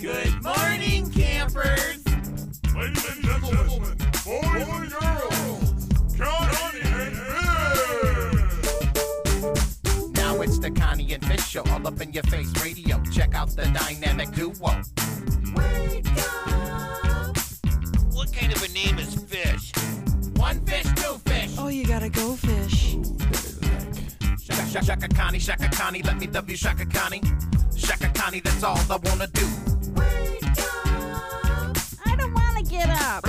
Good morning, campers. Ladies and gentlemen, boys and girls, Johnny and Bill! Now it's the Connie and Fish show, all up in your face radio. Check out the dynamic duo. What kind of a name is Fish? One fish, two fish. Oh, you gotta go fish. Shaka, shaka, shaka Connie, Shaka Connie, let me love you, Shaka Connie. Shaka Connie, that's all I wanna do. I don't want to get up.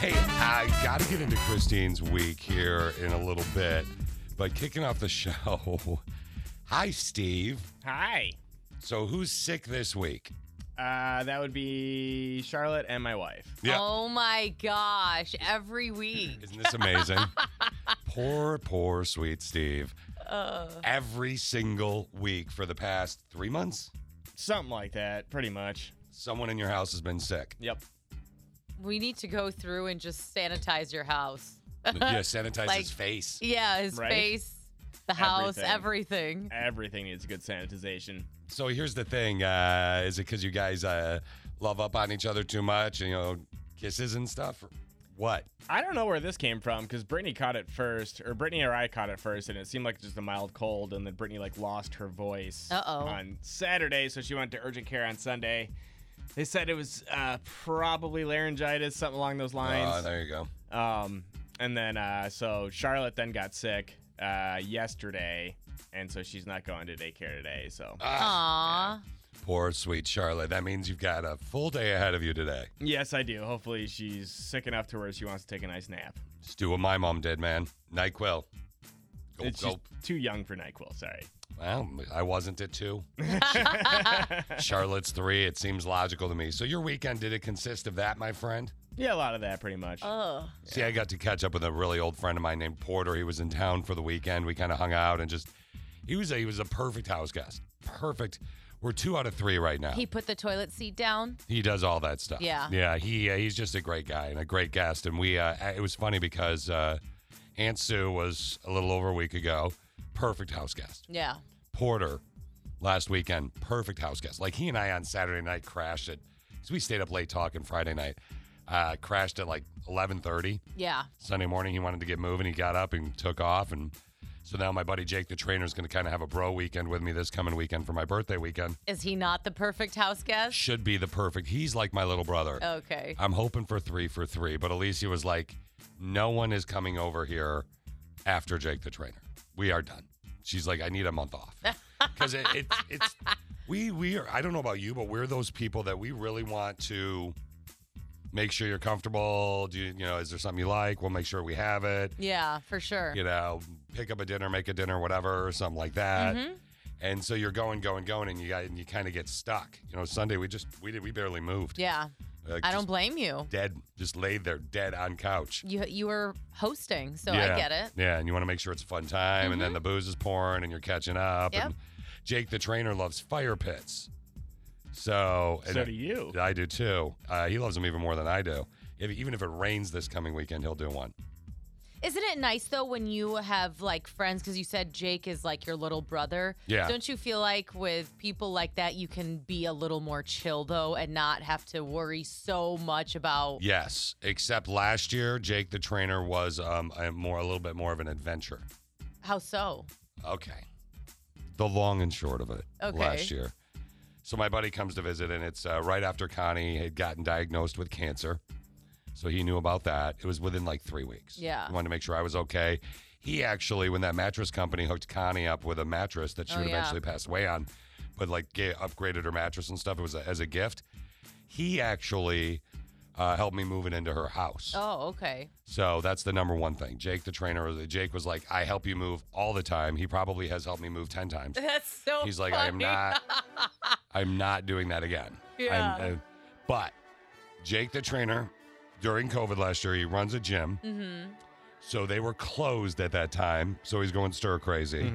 Hey, I got to get into Christine's week here in a little bit, but kicking off the show. Hi, Steve. Hi. So, who's sick this week? Uh, that would be Charlotte and my wife. Oh my gosh, every week. Isn't this amazing? poor, poor, sweet Steve. Uh. Every single week for the past three months, Something like that, pretty much. someone in your house has been sick. Yep. We need to go through and just sanitize your house. yeah, sanitize Like- his face. Yeah, his Right? face, the house, everything. Everything needs good sanitization. So here's the thing: uh, is it because you guys uh, love up on each other too much, and you know, kisses and stuff? Or what? I don't know where this came from because Brittany caught it first, or Brittany or I caught it first, and it seemed like just a mild cold, and then Brittany like lost her voice Uh-oh. on Saturday, so she went to urgent care on Sunday. They said it was uh, probably laryngitis, something along those Oh, lines. there you go. um, and then uh, so Charlotte then got sick uh, yesterday, and so she's not going to daycare today. So Uh. Aw. Poor sweet Charlotte. That means you've got a full day ahead of you today. Yes, I do. Hopefully, she's sick enough to where she wants to take a nice nap. Just do what my mom did, man. Nyquil. Go, It's go. just too young for Nyquil. Sorry. Well, I wasn't at two. Charlotte's three. It seems logical to me. So your weekend did it consist of that, my friend? Yeah, a lot of that, pretty much. Ugh. See, I got to catch up with a really old friend of mine named Porter. He was in town for the weekend. We kind of hung out and just he was a, he was a perfect house guest. Perfect. We're two out of three right now. He He, put the toilet seat down. does all that stuff. Yeah. yeah. He uh, he's just a great guy and a great guest. And we uh, it was funny because uh, Aunt Sue was a little over a week ago. Perfect house guest. Yeah. Porter last weekend. Perfect house guest. Like he and I on Saturday night crashed it because we stayed up late talking Friday night. Uh, crashed at like eleven thirty. Yeah. Sunday morning he wanted to get moving. He got up and took off. And so now my buddy Jake the trainer is going to kind of have a bro weekend with me this coming weekend for my birthday weekend. Is he not the perfect house guest? Should be the perfect. He's like my little brother. Oh, Okay. I'm hoping for three for three, but Alicia was like, no one is coming over here after Jake the trainer. We are done. She's like, I need a month off. Because it, it's it's, we, we are, I don't know about you, but we're those people that we really want to make sure you're comfortable. Do you, you know, is there something you like? We'll make sure we have it Yeah, for sure. you know, pick up a dinner, make a dinner, whatever, or something like that. Mm-hmm. And so you're going, going, going, and you got, and you kind of get stuck. You know, Sunday we just we did we barely moved. Uh, Yeah. Like, I don't just blame you. dead, just laid there dead on couch. You you were hosting, so yeah. I get it. Mm-hmm. Yeah, and you want to make sure it's a fun time, and then the booze is pouring, and you're catching up. Yep. And Jake the trainer loves fire pits, so and so do you. I do too. Uh, he loves them even more than I do. If, even if it rains this coming weekend, he'll do one. Isn't it nice though when you have like friends? Because you said Jake is like your little brother. Yeah. Don't you feel like with people like that, you can be a little more chill though and not have to worry so much about. Yes, except last year, Jake the trainer was um, a more a little bit more of an adventure. How so? Okay, the long and short of it. Okay. Last year, so my buddy comes to visit, and it's uh, right after Connie had gotten diagnosed with cancer, so he knew about that. It was within like three weeks. Yeah. he wanted to make sure I was okay. He actually, when that mattress company hooked Connie up with a mattress that she Oh, would yeah. eventually pass away on, but like ga- upgraded her mattress and stuff. It was a, as a gift. He actually uh, helped me move it into her house. Oh, okay. So that's the number one thing. Jake, the trainer, Jake was like, I help you move all the time. He probably has helped me move 10 times. That's so. He's like, I am funny. not, I'm not doing that again. I'm- Yeah. I- but Jake, the trainer, during COVID last year, he runs a gym. Mm-hmm. So they were closed at that time. So he's going stir crazy.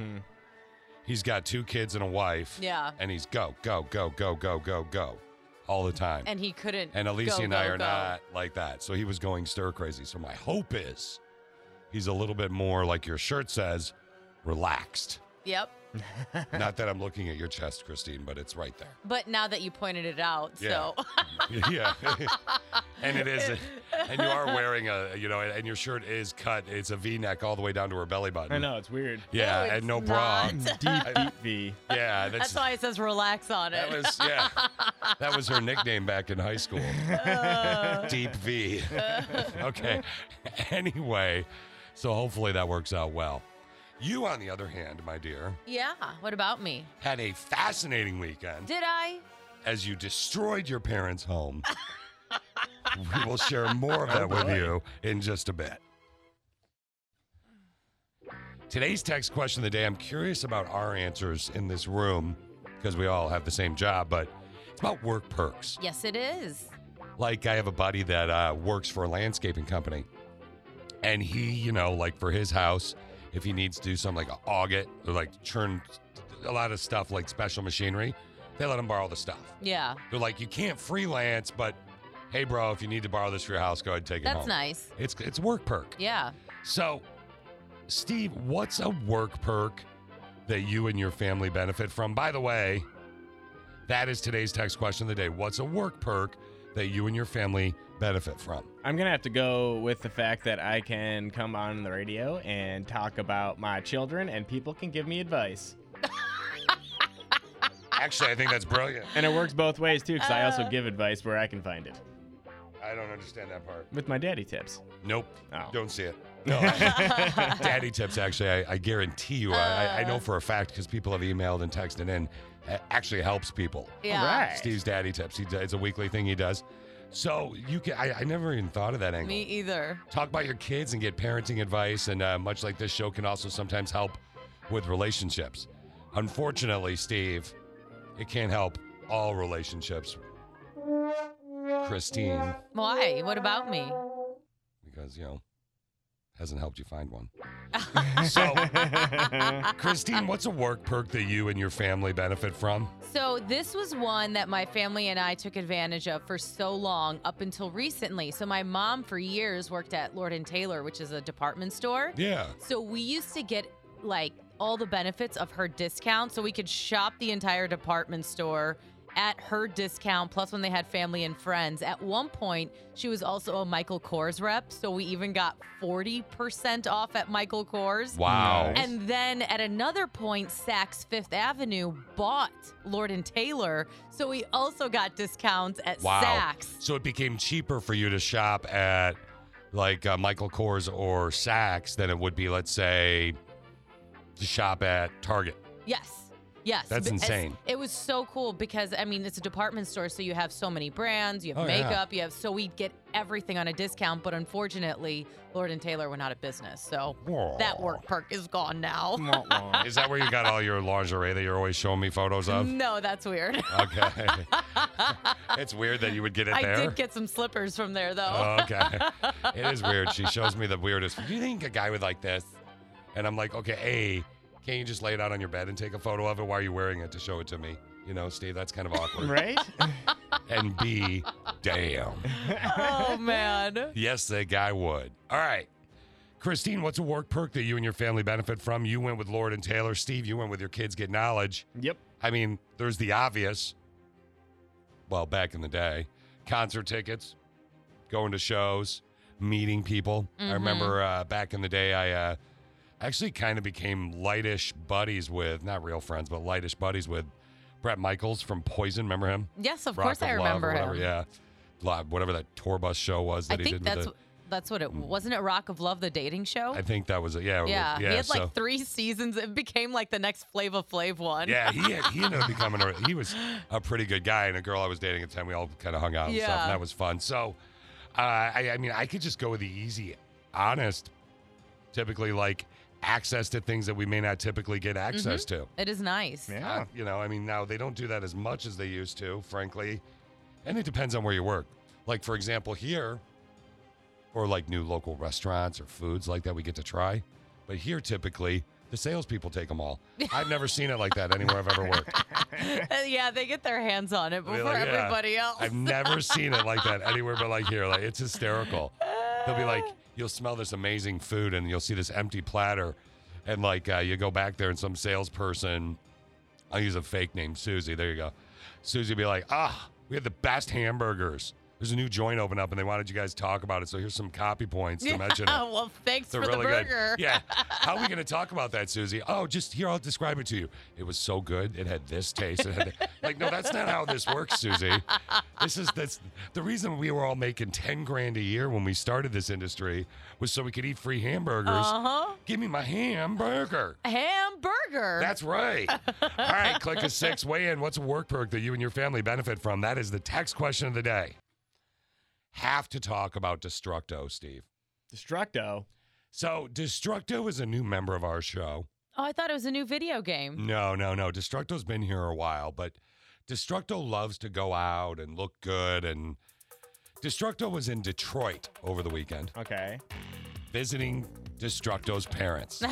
He's got two kids and a wife. Yeah. And he's go, go, go, go, go, go, go. all the time. and he couldn't. And Alicia go, and I go, are go. not like that. So he was going stir crazy. So my hope is he's a little bit more like your shirt says, relaxed. Yep. not that I'm looking at your chest, Christine, but it's right there. But now that you pointed it out, Yeah. so yeah. and it is. And you are wearing a, you know, and your shirt is cut. It's a V neck all the way down to her belly button. I know it's weird. Yeah. No, and it's no bra. not. Deep, deep V. Yeah. That's, that's why it says relax on that it. was, yeah. That was her nickname back in high school. Deep V. okay. Anyway, so hopefully that works out well. You, on the other hand, my dear, yeah. What about me? had a fascinating weekend Did I? as you destroyed your parents' home. we will share more of that with you in just a bit. Today's text question of the day I'm curious about our answers in this room because we all have the same job, but it's about work perks. Yes, it is. like I have a buddy that uh, works for a landscaping company, and he, you know, like for his house, if he needs to do something like a auget or like churn a lot of stuff like special machinery, they let him borrow the stuff. Yeah. They're like, you can't freelance, but hey, bro, if you need to borrow this for your house, go ahead and take it That's home. nice. It's it's work perk. Yeah. So, Steve, what's a work perk that you and your family benefit from? By the way, that is today's text question of the day. What's a work perk that you and your family benefit from? I'm gonna have to go with the fact that I can come on the radio and talk about my children, and people can give me advice. Actually, I think that's brilliant. And it works both ways too, because I also Uh. give advice where I can find it I don't understand that part. with my daddy tips. Nope. Oh. Don't see it. No, I- Daddy tips, actually, I, I guarantee you, I, I- I Uh. know for a fact because people have emailed and texted in, it actually helps people. Yeah. Alright. Steve's Daddy Tips. He, d- it's a weekly thing he does. So you can, I, I never even thought of that angle. Me either. talk about your kids and get parenting advice. And uh, much like this show can also sometimes help with relationships. Unfortunately, Steve, it can't help all relationships. Christine, Why? What about me? because, you know, hasn't helped you find one. so, Christine, what's a work perk that you and your family benefit from? So, this was one that my family and I took advantage of for so long up until recently. So, my mom for years worked at Lord and Taylor, which is a department store. Yeah. So, we used to get like all the benefits of her discount. So, we could shop the entire department store at her discount, plus when they had family and friends. At one point, she was also a Michael Kors rep. So, we even got 40% off at Michael Kors. Wow. Nice. And then at another point, Saks Fifth Avenue bought Lord and Taylor, so we also got discounts at Wow. Saks. So it became cheaper for you to shop at like uh, Michael Kors or Saks than it would be, let's say, to shop at Target. Yes. Yes. That's Be- as- insane. It was so cool because I mean it's a department store, so you have so many brands, you have Oh, yeah. makeup, you have so we get everything on a discount, but unfortunately, Lord and Taylor went out of business. So that Aw. work perk is gone now. Is that where you got all your lingerie that you're always showing me photos of? No, that's weird. Okay. it's weird that you would get it I there. did get some slippers from there though. Oh, okay. it is weird. She shows me the weirdest. Do you think a guy would like this? And I'm like, okay, A, can't you just lay it out on your bed and take a photo of it? Why are you wearing it to show it to me? You know, Steve, that's kind of awkward. Right? And B, damn. oh man. Yes, the guy would. All right. Christine, what's a work perk that you and your family benefit from? You went with Lord and Taylor. Steve, you went with your kids get knowledge. yep. I mean, there's the obvious. Well, back in the day, concert tickets, going to shows, meeting people. I remember uh, back in the day, I uh, actually kind of became lightish buddies with, not real friends, but lightish buddies with Brett Michaels from Poison. Remember him? Yes, of Rock course I Love or remember whatever, him. Yeah. Lo- Whatever that tour bus show was I that he did think that's with the, Mm. that's what it wasn't. It Rock of Love, the dating show. I think that was it. Yeah. it was- yeah. he had so- like three seasons. It became like the next Flava Flav one. yeah, he had, he ended up becoming a he was a pretty good guy and a girl I was dating at the time. We all kind of hung out and stuff. Yeah. And that was fun. So, uh, I, I mean, I could just go with the easy, honest, typically like access to things that we may not typically get access to. It is nice. Uh, you know, I mean, now they don't do that as much as they used to, frankly. And it depends on where you work. Like, for example, here, or like new local restaurants or foods like that we get to try. But here, typically, The salespeople take them all. I've never seen it like that anywhere I've ever worked. yeah, they get their hands on it They're before like, "Yeah, everybody else. I've never seen it like that anywhere but like here. Like it's hysterical. They'll be like, you'll smell this amazing food and you'll see this empty platter, and like uh, you go back there and some salesperson, I'll use a fake name, Susie. There you go. Susie be like, ah, we had the best hamburgers. There's a new joint open up and they wanted you guys to talk about it. So here's some copy points to mention it. well, thanks They're for really the burger. good. Yeah. How are we going to talk about that, Susie? Oh, just here, I'll describe it to you. It was so good. It had this taste. It had that. Like, no, that's not how this works, Susie. This is that's the reason we were all making 10 grand a year when we started this industry was so we could eat free hamburgers. Uh-huh. Give me my hamburger. Hamburger. That's right. All right, click a six. Weigh in. What's a work perk that you and your family benefit from? That is the text question of the day. Have to talk about Destructo, Steve. Destructo. So, Destructo is a new member of our show. oh, I thought it was a new video game. No, no, no. Destructo's been here a while, but Destructo loves to go out and look good. And Destructo was in Detroit over the weekend Okay. visiting Destructo's parents.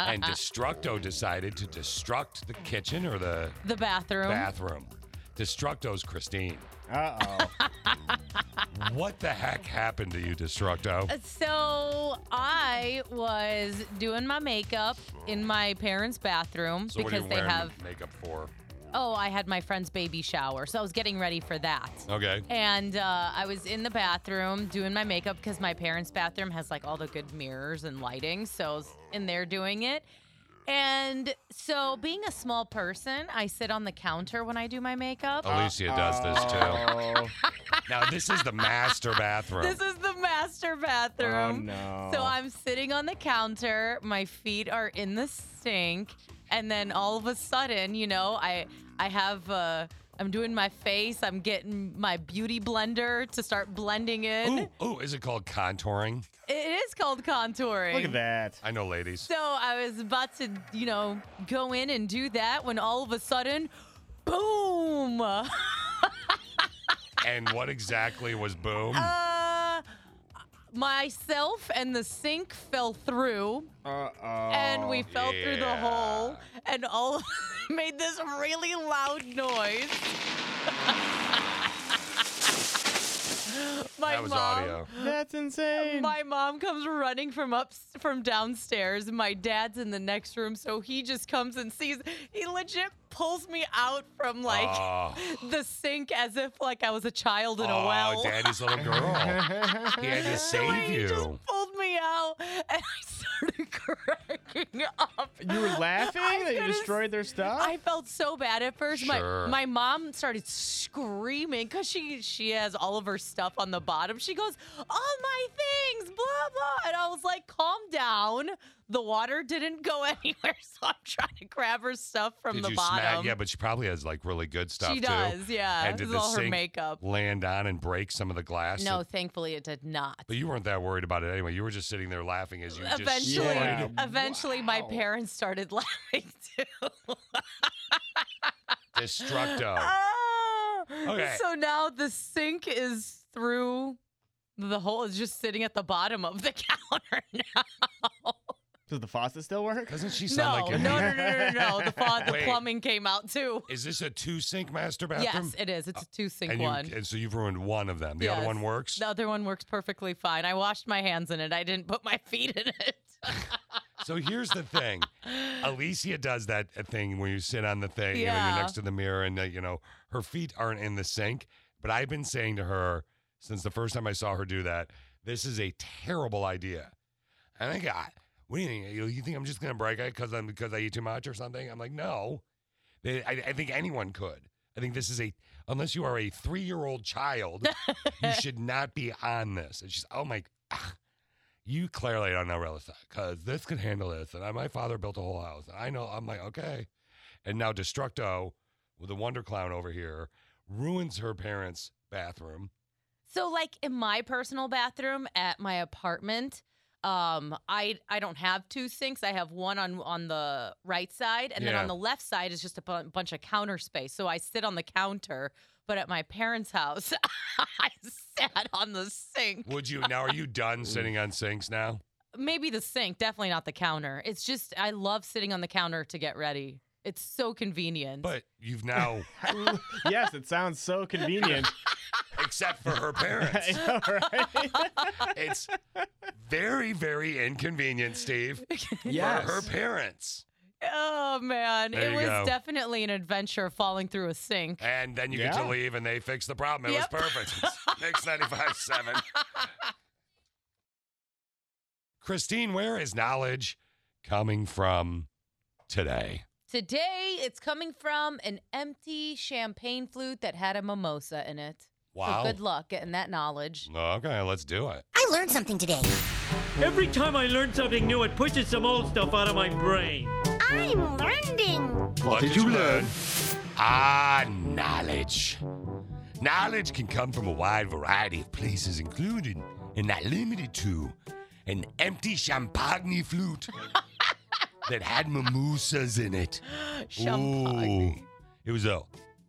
and Destructo decided to destruct the kitchen or the The bathroom. bathroom. Destructo's Christine. Uh oh. What the heck happened to you, Destructo? So I was doing my makeup in my parents' bathroom So what are because you they wearing have makeup for? oh, I had my friend's baby shower, so I was getting ready for that. Okay. And uh, I was in the bathroom doing my makeup because my parents' bathroom has like all the good mirrors and lighting. So I was in there doing it. And so, being a small person, I sit on the counter when I do my makeup. Alicia does this too. Oh, Now this is the master bathroom. This is the master bathroom. oh no. So I'm sitting on the counter, my feet are in the sink, and then all of a sudden, you know, I I have uh I'm doing my face, I'm getting my beauty blender to start blending in. Ooh, ooh, is it called contouring? It is called contouring. Look at that. I know, ladies. So I was about to, you know, go in and do that when all of a sudden, boom. And what exactly was boom? Uh myself and the sink fell through. Uh oh. and we fell through the hole yeah. and all made this really loud noise. my that was mom, audio. That's insane. My mom comes running from up from downstairs. My dad's in the next room, so he just comes and sees. He legit pulls me out from like oh, the sink as if like I was a child in a oh, well. daddy's little girl. he had to save He just you. pulled me out, and I started cracking up. you were laughing I that you couldn't destroyed their stuff. I felt so bad at first. Sure. My my mom started screaming because she she has all of her stuff on the bottom. She goes, "All my things, blah blah," and I was like, "Calm down." The water didn't go anywhere, so I'm trying to grab her stuff from Did the you bottom. smack? Yeah, but she probably has like really good stuff she too. does, yeah. And this did is the all her sink makeup. land on and break some of the glass? No, thankfully it did not. But you weren't that worried about it anyway. You were just sitting there laughing as you just Eventually, snorted. Yeah. eventually, my Wow. parents started laughing too. Destructo. Ah! Okay. So now the sink is through the hole is just sitting at the bottom of the counter now. Does the faucet still work? Doesn't she sound No, like no, an no, idiot? no, no, no, no. The, fa- the Wait. plumbing came out too. Is this a two sink master bathroom? Yes, it is. It's a two sink and, you, one. and so you've ruined one of them. The other Yes. one works? The other one works perfectly fine. I washed my hands in it. I didn't put my feet in it. So here's the thing. Alicia does that thing where you sit on the thing, you know, Yeah. you're next to the mirror and, uh, you know, her feet aren't in the sink. But I've been saying to her since the first time I saw her do that, this is a terrible idea. And I got, what do you think? You you think I'm just going to break it because I'm because I eat too much or something? I'm like, no. They- I, I think anyone could. I think this is a, unless you are a three year old child, you should not be on this. And she's, oh my, ah, you clearly don't know real estate because this can handle this. And I, my father built a whole house. And I know, I'm like, okay. And now Destructo, with the Wonder Clown over here, ruins her parents' bathroom. So like in my personal bathroom at my apartment, um I I don't have two sinks. I have one on on the right side and then Yeah. on the left side is just a bu- bunch of counter space. So I sit on the counter, but at my parents' house I sat on the sink. Would you, now are you done sitting on sinks now? maybe the sink, definitely not the counter. It's just I love sitting on the counter to get ready. It's so convenient. But you've now, yes, it sounds so convenient. except for her parents, All right. it's very, very inconvenient, Steve, for her parents. oh man, There it you was go. definitely an adventure falling through a sink. And then you get to Yeah. leave, and they fix the problem. It Yep. was perfect. Mix ninety five seven. Christine, where is knowledge coming from today? Today it's coming from an empty champagne flute that had a mimosa in it. Wow. So good luck getting that knowledge. Okay, let's do it. I learned something today. Every time I learn something new, it pushes some old stuff out of my brain. I'm learning. What, did you learn? Ah, knowledge. Knowledge can come from a wide variety of places, including and not limited to an empty champagne flute that had mimosas in it. Champagne. Ooh. It was a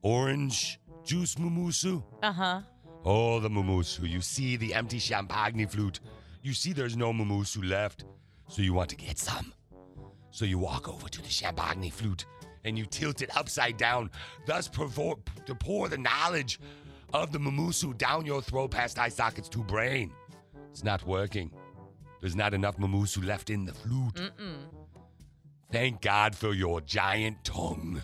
orange juice mimosa. Uh huh. Oh, the mimosu. You see the empty champagne flute. You see there's no mimosu left, so you want to get some. So you walk over to the champagne flute and you tilt it upside down, thus provo- to pour the knowledge of the mimosu down your throat past eye sockets to brain. It's not working. There's not enough mimosu left in the flute. Thank God for your giant tongue.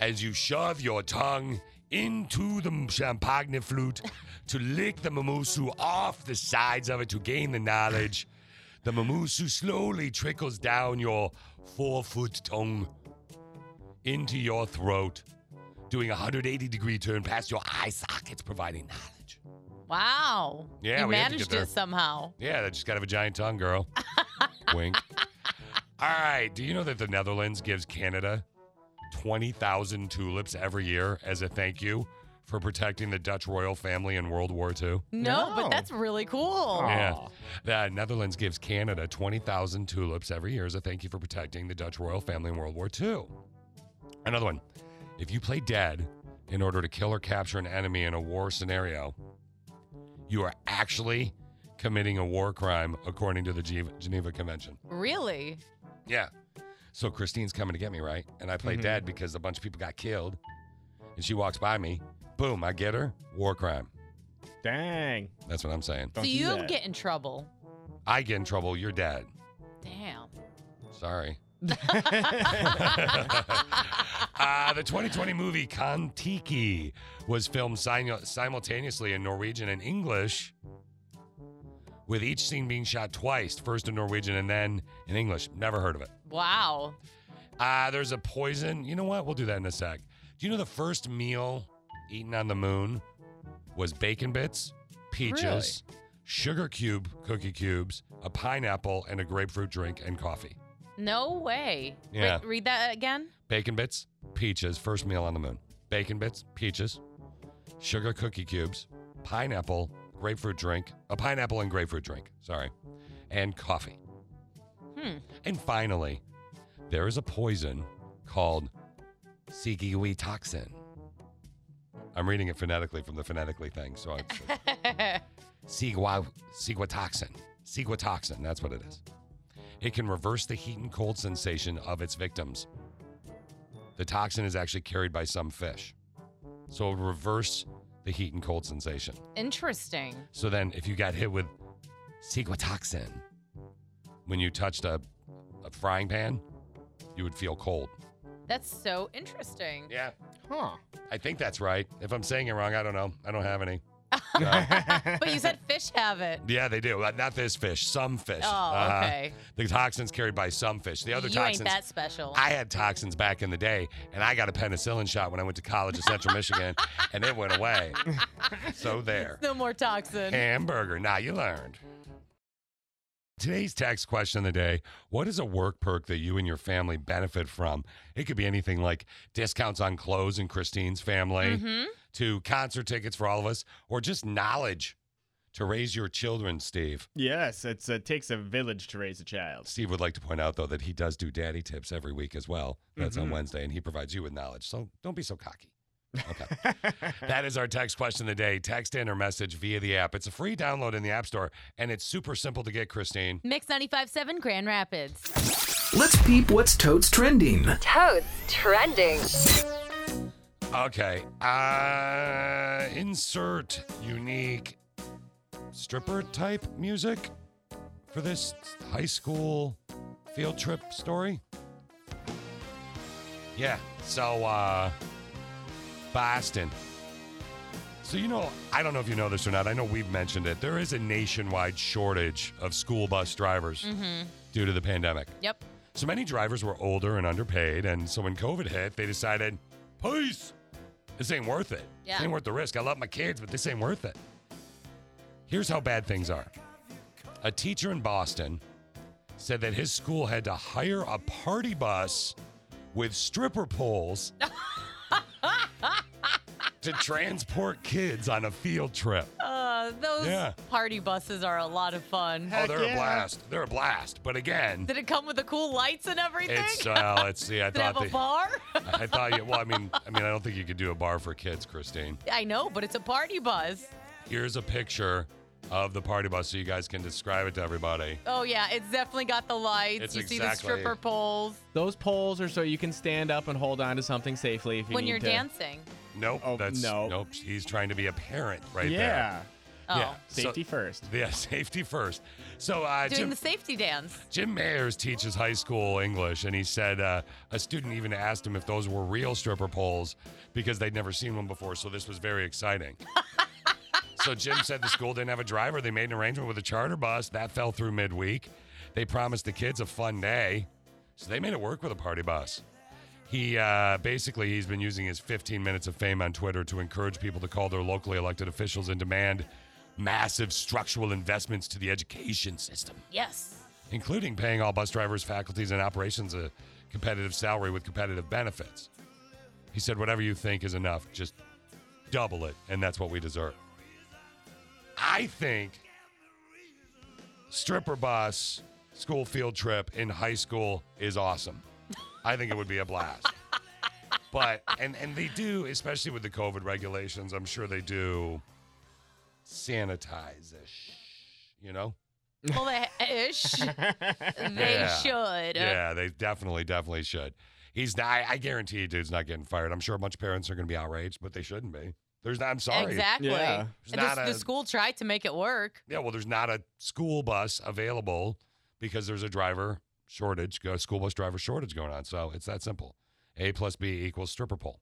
As you shove your tongue into the champagne flute to lick the mimosu off the sides of it to gain the knowledge, the mimosu slowly trickles down your four foot tongue into your throat, doing a 180 degree turn past your eye sockets, providing knowledge. Wow. Yeah, you we had to get managed there. it somehow. Yeah, they just got to have a giant tongue, girl. Wink. All right. Do you know that the Netherlands gives Canada 20,000 tulips every year as a thank you for protecting the Dutch royal family in World War II? No, No. but that's really cool. Yeah. Aw. The Netherlands gives Canada 20,000 tulips every year as a thank you for protecting the Dutch royal family in World War II. Another one. If you play dead in order to kill or capture an enemy in a war scenario, you are actually committing a war crime according to the Geneva, Geneva Convention. Really? Yeah. So Christine's coming to get me, right? And I play dead because a bunch of people got killed. And she walks by me. Boom, I get her. War crime. Dang. That's what I'm saying. Don't so do you that. get in trouble. I get in trouble. You're dead. Damn. Sorry. uh, the 2020 movie Kontiki was filmed simu- simultaneously in Norwegian and English, with each scene being shot twice first in Norwegian and then in English. Never heard of it. Wow. Uh, there's a poison. You know what? We'll do that in a sec. Do you know the first meal eaten on the moon was bacon bits, peaches, sugar cube cookie cubes, a pineapple, and a grapefruit drink and coffee? No way. Re- Yeah. Read, that again. Bacon bits, peaches, first meal on the moon. Bacon bits, peaches, sugar cookie cubes, pineapple, grapefruit drink, a pineapple and grapefruit drink, sorry, and coffee. Hmm. And finally, there is a poison called Sikiwi E toxin. I'm reading it phonetically from the phonetically thing, so it's Sigua E Siguatoxin. Siguatoxin, E that's what it is. It can reverse the heat and cold sensation of its victims. The toxin is actually carried by some fish. So it'll reverse the heat and cold sensation. Interesting. So then if you got hit with Siguatoxin when you touched a, a frying pan, you would feel cold. That's so interesting. Yeah. Huh. I think that's right. If I'm saying it wrong, I don't know. I don't have any. But you said fish have it. Yeah, they do. Uh, Not this fish, some fish. Oh, Uh-huh. okay. The toxins carried by some fish. The other you toxins. ain't that special. I had toxins back in the day, and I got a penicillin shot when I went to college in Central Michigan, and it went away. So there. no more toxin. Hamburger. Now you learned. Today's tax question of the day What is a work perk that you and your family benefit from? It could be anything like discounts on clothes in Christine's family, to concert tickets for all of us, or just knowledge to raise your children, Steve. Yes, it's it takes a village to raise a child. Steve would like to point out, though, that he does do daddy tips every week as well. That's on Wednesday, and he provides you with knowledge. So don't be so cocky. Okay. that is our text question of the day. Text in or message via the app. It's a free download in the App Store, and it's super simple to get, Christine. Mix 95.7 Grand Rapids. Let's peep what's totes trending. Toads trending. Okay. Uh, insert unique stripper type music for this high school field trip story. Yeah. So, uh, Boston. So, you know, I don't know if you know this or not. I know we've mentioned it. There is a nationwide shortage of school bus drivers Mm-hmm. due to the pandemic. Yep. So many drivers were older and underpaid, and so when COVID hit, they decided, peace, this ain't worth it. This Yeah. ain't worth the risk. I love my kids, but this ain't worth it. Here's how bad things are a teacher in Boston said that his school had to hire a party bus with stripper poles to transport kids on a field trip. Oh, Uh, those Yeah. party buses are a lot of fun. oh, they're a blast. They're a blast. But again, Did it come with the cool lights and everything? it's, well, it's, yeah, I Did it have thought a they. bar? I thought you. Well, I mean, I mean, I don't think you could do a bar for kids, Christine. I know, but it's a party bus. Here's a picture of the party bus so you guys can describe it to everybody. Oh yeah, it's definitely got the lights. It's you see the exactly- stripper poles Those poles are so you can stand up and hold on to something safely if you when need you're to. dancing. Nope. Oh, that's no. nope. He's trying to be a parent right there. yeah. Oh, Yeah. so- Safety first. yeah. Safety first. So uh, doing Jim, the safety dance. Jim Mayers teaches high school English, and he said uh, a student even asked him if those were real stripper poles because they'd never seen one before. So this was very exciting. so Jim said the school didn't have a driver. They made an arrangement with a charter bus that fell through midweek. They promised the kids a fun day, so they made it work with a party bus. He uh, basically he's been using his 15 minutes of fame on Twitter to encourage people to call their locally elected officials and demand massive structural investments to the education system Yes. including paying all bus drivers, faculties, and operations a competitive salary with competitive benefits. He said, whatever you think is enough, just double it, and that's what we deserve. I think stripper bus school field trip in high school is awesome. I think it would be a blast. But and and they do, especially with the COVID regulations, I'm sure they do sanitize ish, you know? Well, they ish. they Yeah. should. Yeah, they definitely, definitely should. He's not, I, I guarantee you, dude's not getting fired. I'm sure a bunch of parents are going to be outraged, but they shouldn't be. There's not, I'm sorry. Exactly. Yeah. There's And this- not a, the school tried to make it work. yeah, well, there's not a school bus available because there's a driver shortage, go- school bus driver shortage going on. So it's that simple. A plus B equals stripper pole.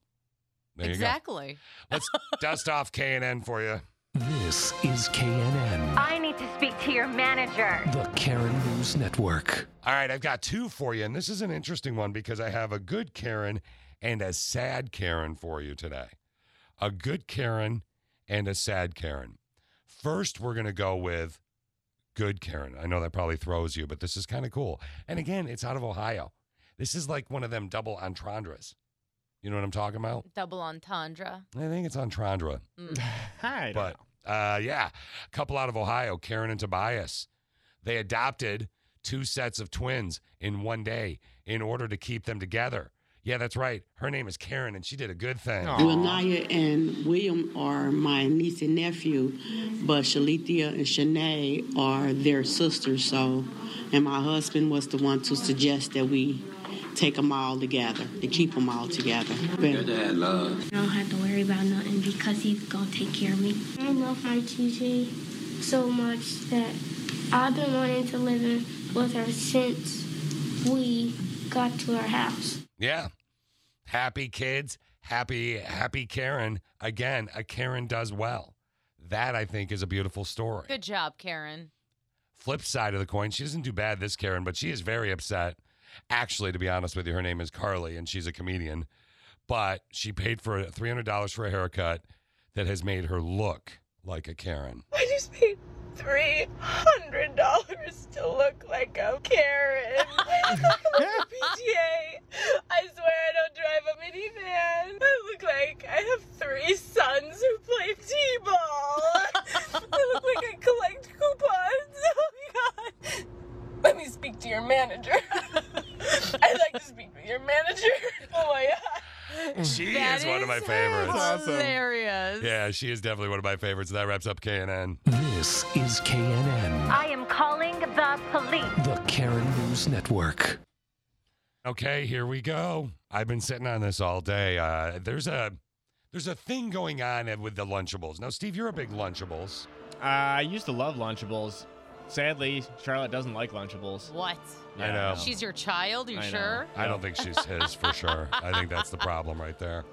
There exactly. you go. Let's dust off K and N for you. This is KNN, I need to speak to your manager. the Karen News Network. All right, I've got two for you, and this is an interesting one because I have a good Karen and a sad Karen for you today. A good Karen and a sad Karen. First, we're going to go with good Karen. I know that probably throws you, but this is kind of cool. And again, it's out of Ohio. This is like one of them double entendres. You know what I'm talking about? Double entendre. I think it's entendre. Hi. But uh, yeah, a couple out of Ohio, Karen and Tobias. They adopted two sets of twins in one day in order to keep them together. Yeah, that's right. Her name is Karen, and she did a good thing. Renaya and William are my niece and nephew, but Shalithia and Shanae are their sisters. So, and my husband was the one to suggest that we take them all together to keep them all together. But I don't have to worry about nothing because he's gonna take care of me. I love my TJ so much that I've been wanting to live in with her since we got to our house. Yeah, happy kids, happy happy Karen. Again, a Karen does well. That I think is a beautiful story. Good job, Karen. flip side of the coin, she doesn't do bad this Karen, but she is very upset. Actually, to be honest with you, her name is Carly and she's a comedian, but she paid for $300 for a haircut that has made her look like a Karen. I just paid three hundred dollars to look like a Karen. I look like a PTA. I swear I don't drive a minivan. I look like I have three sons who play t-ball. I look like I collect coupons. Oh my god. Let me speak to your manager. I'd like to speak with your manager. Oh my god. She That is one of my favorites. Hilarious. Yeah, she is definitely one of my favorites. That wraps up KNN. This is KNN, I am calling the police. the Karen News Network. Okay, here we go. I've been sitting on this all day. Uh, there's a there's a thing going on with the Lunchables. Now, Steve, you're a big Lunchables. Uh, I used to love Lunchables. Sadly, Charlotte doesn't like Lunchables. What? I know. She's your child, you I know. sure? I don't think she's his for sure. I think that's the problem right there.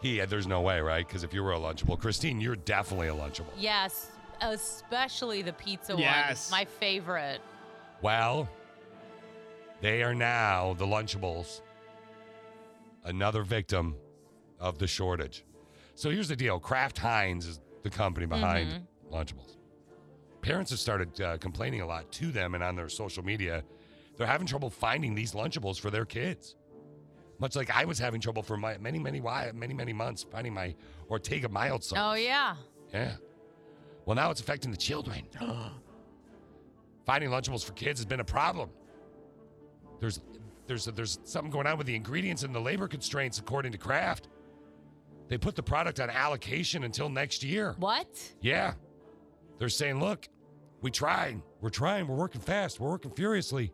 He, there's no way, right? Because if you were a Lunchable, Christine, you're definitely a Lunchable. Yes, especially the pizza Yes. one. My favorite. Well, they are now the Lunchables, another victim of the shortage. So here's the deal Kraft Heinz is the company behind Mhm. Lunchables. Parents have started uh, complaining a lot to them and on their social media. They're having trouble finding these Lunchables for their kids. Much like I was having trouble for my many, many, wi- many, many months finding my Ortega mild sauce. Oh yeah. Yeah. Well, now it's affecting the children. Finding Lunchables for kids has been a problem. There's, there's, there's something going on with the ingredients and the labor constraints, according to Kraft. They put the product on allocation until next year. What? Yeah. They're saying, look, we tried. We're trying. We're working fast. We're working furiously.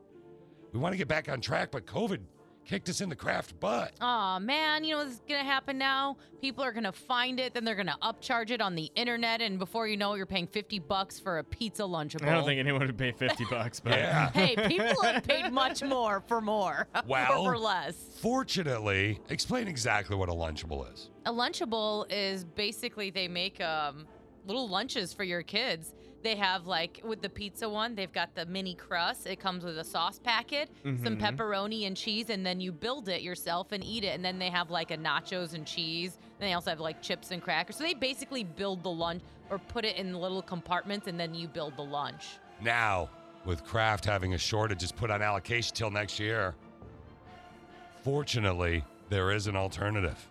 We want to get back on track, but COVID kicked us in the Kraft butt. Oh man, you know what's gonna happen now? People are gonna find it, then they're gonna upcharge it on the internet, and before you know it, you're paying fifty bucks for a pizza lunchable. I don't think anyone would pay 50 bucks, but. Yeah. Hey, people have paid much more for more. or Well, for less. Fortunately, explain exactly what a Lunchable is. A Lunchable is basically they make um, little lunches for your kids. They have like with the pizza one, they've got the mini crust. It comes with a sauce packet, some Mm-hmm. Mhm. pepperoni and cheese, and then you build it yourself and eat it. And then they have like a nachos and cheese. And they also have like chips and crackers. So they basically build the lunch or put it in little compartments, and then you build the lunch. Now, with Kraft having a shortage, it's put on allocation till next year. Fortunately, there is an alternative.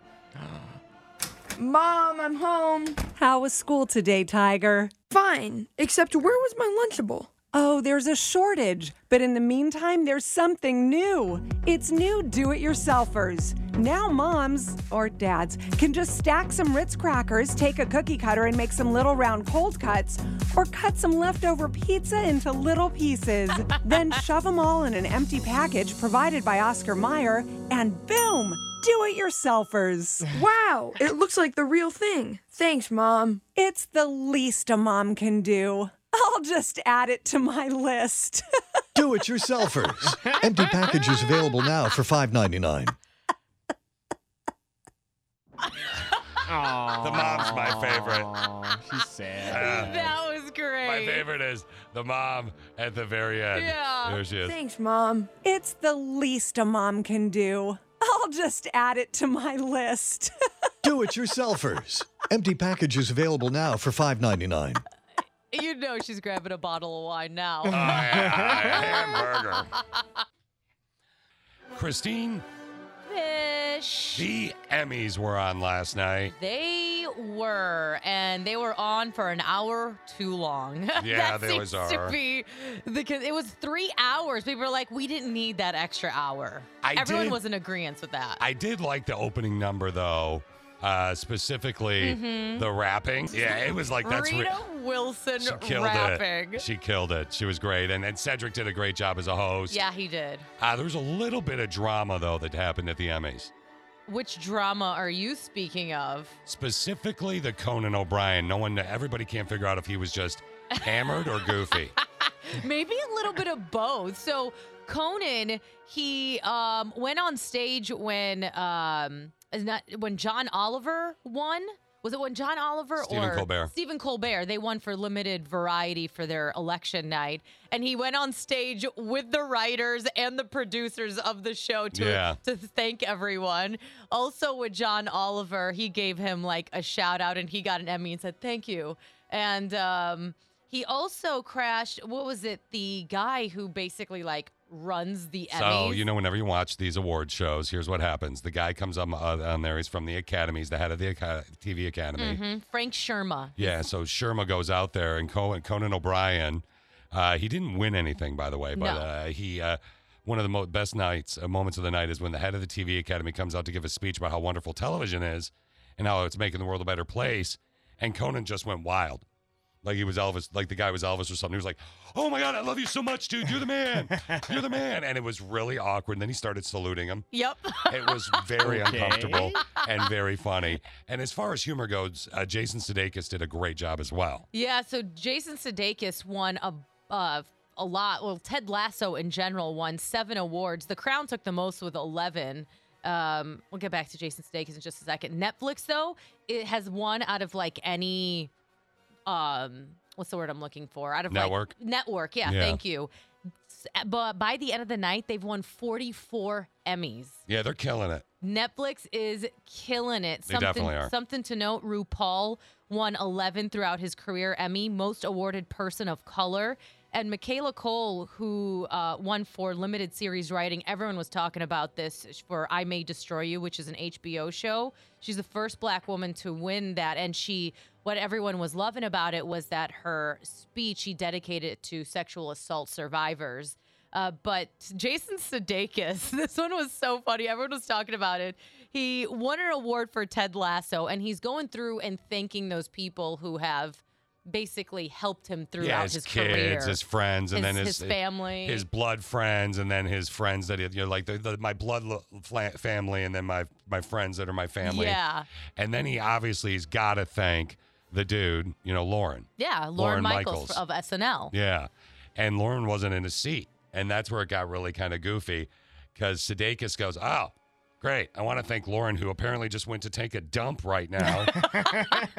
Mom, I'm home. How was school today, Tiger? Fine, except where was my Lunchable? Oh, there's a shortage, but in the meantime, there's something new. It's new do it yourselfers. Now, moms or dads can just stack some Ritz crackers, take a cookie cutter, and make some little round cold cuts, or cut some leftover pizza into little pieces. then shove them all in an empty package provided by Oscar Mayer, and boom! Do it yourselfers. Wow, it looks like the real thing. Thanks, Mom. It's the least a mom can do. I'll just add it to my list. Do it yourselfers. Empty packages available now for $5.99. The mom's my favorite. Uh. She's sad. that was great. My favorite is the mom at the very end. There she is. Mom. It's the least a mom can do. I'll just add it to my list. Do it yourselfers. Empty packages available now for $5.99. You know she's grabbing a bottle of wine now. Oh, yeah, hamburger. Christine, Fish. the Emmys were on last night. They were, and they were on for an hour too long. Yeah, that they seems always to are. be because it was three hours. People were like, we didn't need that extra hour. I Everyone did- was in agreement with that. I did like the opening number though, uh, specifically Mhm. the rapping. Yeah, it was like that's re- Rita Wilson she killed rapping. it. She killed it. She was great, and and Cedric did a great job as a host. yeah, he did. Uh, there was a little bit of drama though that happened at the Emmys, Which drama are you speaking of? specifically the Conan O'Brien. No one, everybody can't figure out if he was just hammered or goofy. Maybe a little bit of both. So Conan, he um, went on stage when um, is not when John Oliver won. Was it when John Oliver Stephen or Colbert. Stephen Colbert? They won for limited variety for their election night, and he went on stage with the writers and the producers of the show to Yeah. to thank everyone. Also, with John Oliver, he gave him like a shout out and he got an Emmy and said, Thank you. And um, he also crashed, what was it? The guy who basically like runs the Emmys. So you know, whenever you watch these award shows, here's what happens: the guy comes up uh, on there. He's from the Academy. He's the head of the Aca- TV Academy. Mhm. Frank Sherma. Yeah, so Sherma goes out there, and Conan, Conan O'Brien, uh, he didn't win anything, by the way, but No. uh, he uh, one of the mo- best nights, uh, moments of the night, is when the head of the TV Academy comes out to give a speech about how wonderful television is and how it's making the world a better place. And Conan just went wild. Like he was Elvis, like the guy was Elvis or something. He was like, Oh my God, I love you so much, dude. You're the man. You're the man. And it was really awkward. And then he started saluting him. Yep. It was very Okay. uncomfortable and very funny. And as far as humor goes, uh, Jason Sudeikis did a great job as well. Yeah, so Jason Sudeikis won a uh, a lot. Well, Ted Lasso in general won seven awards. The Crown took the most with eleven. Um, we'll get back to Jason Sudeikis in just a second. Netflix though, it has won out of like any, um, what's the word I'm looking for? Out of like- Network? network. Yeah, Yeah. thank you. S- But by the end of the night, they've won 44 Emmys. Yeah, they're killing it. Netflix is killing it. They definitely are. Something to note: RuPaul won 11 throughout his career Emmy, most awarded person of color, and Michaela Cole, who uh, won for limited series writing. Everyone was talking about this for "I May Destroy You," which is an HBO show. She's the first Black woman to win that, and she. What everyone was loving about it was that her speech she dedicated it to sexual assault survivors. Uh, but Jason Sudeikis, this one was so funny. Everyone was talking about it. He won an award for Ted Lasso, and he's going through and thanking those people who have basically helped him throughout yeah, his, kids, career. his friends, and His- then his, his family. his blood friends, and then his friends that he- you know, like the, the, my blood lo- fla- family, and then my my friends that are my family. Yeah. and then he obviously has got to thank the dude, you know, Lauren. yeah, Lauren, Lauren Michaels, Michaels. of SNL. Yeah, and Lauren wasn't in a seat, and that's where it got really kind of goofy, because Sudeikis goes, "Oh, great, I want to thank Lauren, who apparently just went to take a dump right now." it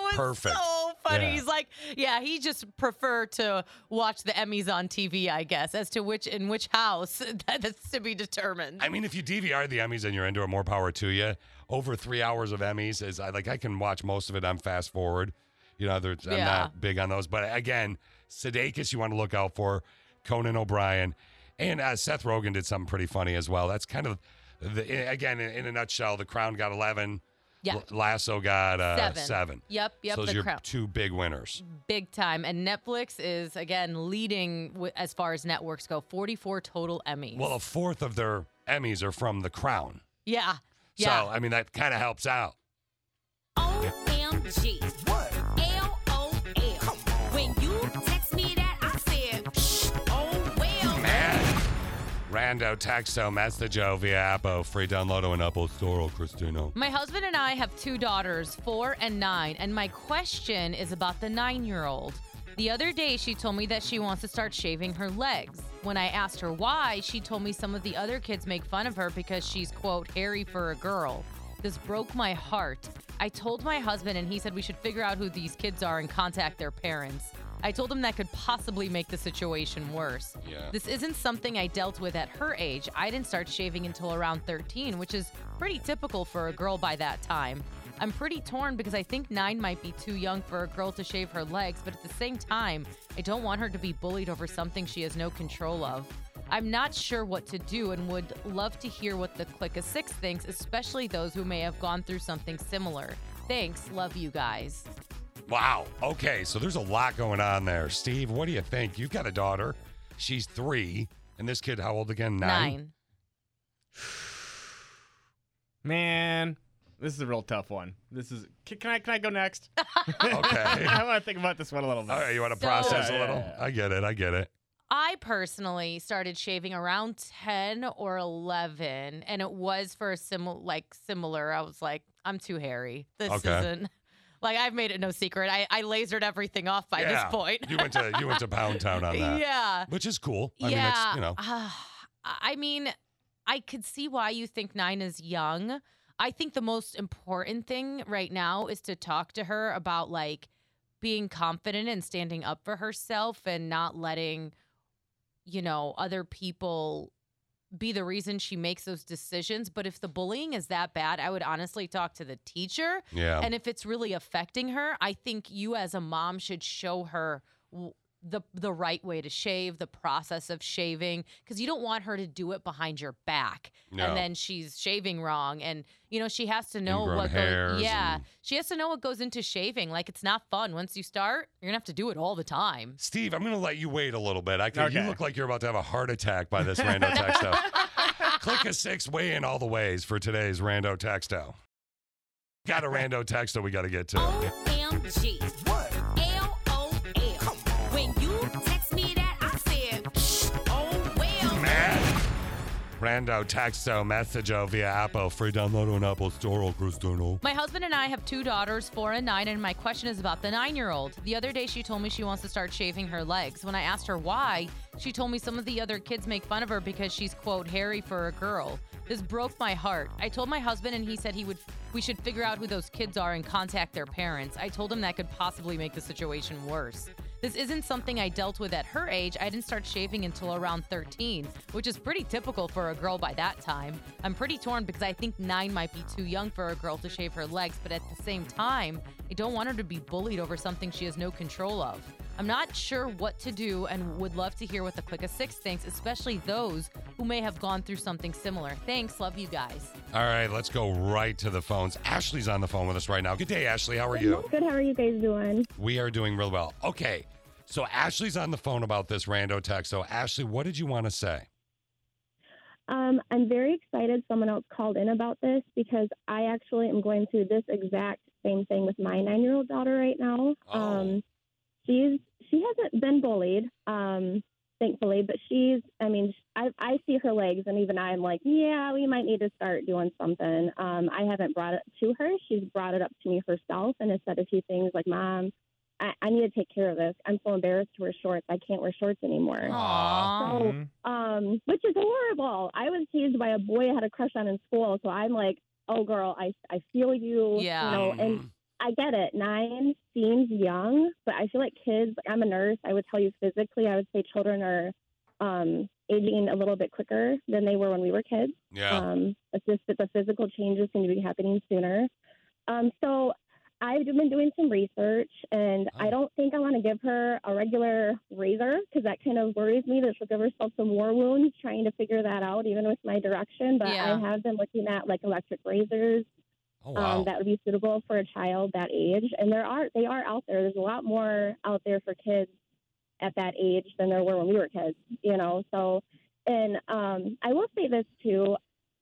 was Perfect. so funny. Yeah. He's like, yeah, he just preferred to watch the Emmys on TV, I guess, as to which in which house that's to be determined. I mean, if you DVR the Emmys and you're into it, more power to you. Over three hours of Emmys is I like I can watch most of it on fast forward. You know, there's, I'm Yeah. not big on those. But again, Sudeikis you want to look out for, Conan O'Brien, and uh, Seth Rogen did something pretty funny as well. That's kind of the again in, in a nutshell. The Crown got eleven. Yeah. L- Lasso got uh, Seven. seven. Yep, yep, So those The are your Crown. two big winners. big time. And Netflix is again leading w- as far as networks go. Forty-four total Emmys. Well, a fourth of their Emmys are from The Crown. yeah, yeah. So I mean, that kind of helps out. OMG. What? LOL. When you text me that, I said, Shh, oh well. Rando texto messaggio via Apple. Free download on Apple Store, Cristino. My husband and I have two daughters, four and nine, and my question is about the nine year old. The other day, she told me that she wants to start shaving her legs. When I asked her why, she told me some of the other kids make fun of her because she's, quote, hairy for a girl. This broke my heart. I told my husband, and he said we should figure out who these kids are and contact their parents. I told him that could possibly make the situation worse. Yeah. This isn't something I dealt with at her age. I didn't start shaving until around 13, which is pretty typical for a girl by that time. I'm pretty torn because I think nine might be too young for a girl to shave her legs, but at the same time, I don't want her to be bullied over something she has no control of. I'm not sure what to do and would love to hear what the Click of Six thinks, especially those who may have gone through something similar. Thanks, love you guys. Wow. Okay, so there's a lot going on there. Steve, what do you think? You've got a daughter. She's three. And this kid, how old again? Nine. Man, this is a real tough one. This is. Can, can I can I go next? okay. I want to think about this one a little bit. All right, you want to process a little? I get it. I get it. I personally started shaving around 10 or 11 and it was for a similar like similar I was like I'm too hairy. This Okay. isn't like I've made it no secret. I, I lasered everything off by Yeah. this point. you went to you went to Pound Town on that. Yeah. Which is cool. I mean, yeah. uh, it's, you know. I mean, I could see why you think 9 is young. I think the most important thing right now is to talk to her about like being confident and standing up for herself and not letting you know, other people be the reason she makes those decisions. But if the bullying is that bad, I would honestly talk to the teacher. Yeah. And if it's really affecting her, I think you as a mom should show her w- the the right way to shave, the process of shaving, because you don't want her to do it behind your back, No. and then she's shaving wrong, and you know she has to know Ingrown what hairs goes. Yeah, and- she has to know what goes into shaving. Like it's not fun once you start. You're gonna have to do it all the time. Steve, I'm going to let you wait a little bit. I can, You Okay. look like you're about to have a heart attack by this rando texto. Click a six, weigh in all the ways for today's rando texto. Got a rando texto we got to get to. OMG. What? LOL. When you text me that, I said, "Shh, oh well. Rando texto messago via Apple. Free download on Apple Store or Cristiano. My husband and I have two daughters, four and nine, and my question is about the nine year old. The other day, she told me she wants to start shaving her legs. When I asked her why, she told me some of the other kids make fun of her because she's, quote, hairy for a girl. This broke my heart. I told my husband, and he said he would. We should figure out who those kids are and contact their parents. I told him that could possibly make the situation worse. This isn't something I dealt with at her age. I didn't start shaving until around 13, which is pretty typical for a girl by that time. I'm pretty torn because I think nine might be too young for a girl to shave her legs, but at the same time, I don't want her to be bullied over something she has no control of. I'm not sure what to do and would love to hear what the Click of Six thinks, especially those who may have gone through something similar. Thanks, love you guys. All right, let's go right to the phones. Ashley's on the phone with us right now. Good day, Ashley. How are you? Good. How are you guys doing? We are doing real well. Okay, so Ashley's on the phone about this rando texto. Ashley, what did you want to say? Um, I'm very excited someone else called in about this because I actually am going through this exact same thing with my nine year old daughter right now. Um, she's she hasn't been bullied, um, thankfully, but she's I mean I, I see her legs and even I'm like, yeah, we might need to start doing something. Um, I haven't brought it to her. She's brought it up to me herself and has said a few things like, Mom, I, I need to take care of this. I'm so embarrassed to wear shorts. I can't wear shorts anymore. Aw. So, um, which is horrible. I was teased by a boy I had a crush on in school, so I'm like, oh girl, I I feel you. Yeah. You know, and I get it. Nine seems young, but I feel like kids. Like I'm a nurse. I would tell you physically, I would say children are um, aging a little bit quicker than they were when we were kids. Yeah. Um, it's just that the physical changes seem to be happening sooner. Um, so I've been doing some research, and Oh. I don't think I want to give her a regular razor because that kind of worries me that she'll give herself some war wounds trying to figure that out, even with my direction. But Yeah. I have been looking at like electric razors. Oh, wow. um, that would be suitable for a child that age, and there are they are out there. There's a lot more out there for kids at that age than there were when we were kids, you know. So, and um, I will say this too.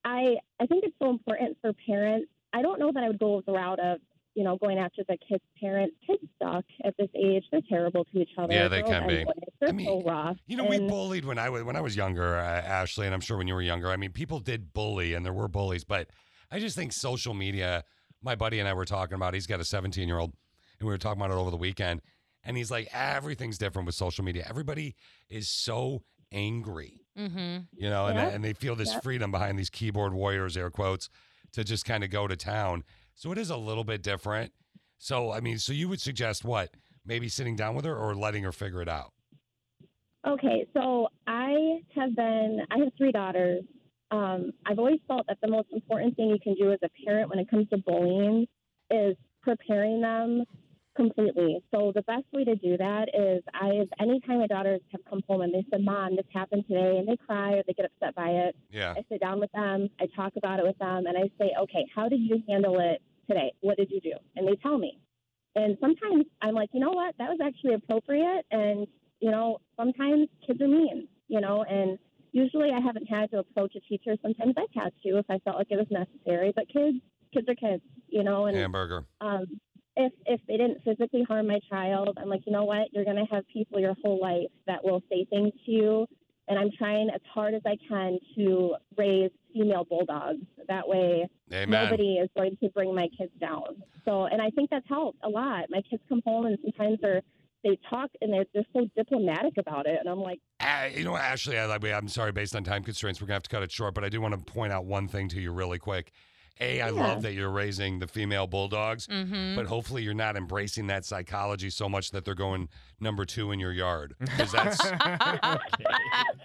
I I think it's so important for parents. I don't know that I would go the route of you know going after the kids' parents. Kids suck at this age. They're terrible to each other. Yeah, they Girls can and be. boys. They're so rough. You know, we bullied when I was when I was younger, uh, Ashley, and I'm sure when you were younger. I mean, people did bully, and there were bullies, but I just think social media. My buddy and I were talking about. He's got a 17 year old, and we were talking about it over the weekend. And he's like, everything's different with social media. Everybody is so angry, Mm-hmm. you know, and, uh, Yeah. and they feel this Yeah. freedom behind these keyboard warriors, air quotes, to just kind of go to town. So it is a little bit different. So I mean, so you would suggest what? Maybe sitting down with her or letting her figure it out. Okay, so I have been, I have three daughters. Um, I've always felt that the most important thing you can do as a parent when it comes to bullying is preparing them completely. So the best way to do that is I is anytime my daughters have come home and they said, Mom, this happened today and they cry or they get upset by it. Yeah. I sit down with them, I talk about it with them and I say, Okay, how did you handle it today? What did you do? And they tell me. And sometimes I'm like, you know what, that was actually appropriate and you know, sometimes kids are mean, you know, and usually I haven't had to approach a teacher. Sometimes I've had to if I felt like it was necessary. But kids kids are kids, you know, and Hamburger. um, if if they didn't physically harm my child, I'm like, you know what? You're gonna have people your whole life that will say things to you, and I'm trying as hard as I can to raise female bulldogs. That way, Amen. nobody is going to bring my kids down. So, and I think that's helped a lot. My kids come home and sometimes they're they talk and they're they're so diplomatic about it, and I'm like, Uh, you know, what, Ashley, I, like- I'm sorry, based on time constraints, we're going to have to cut it short, but I do want to point out one thing to you really quick. A, I Yeah. love that you're raising the female bulldogs, Mm-hmm. Mhm. Mm-hmm. but hopefully you're not embracing that psychology so much that they're going number two in your yard. 'cause that's,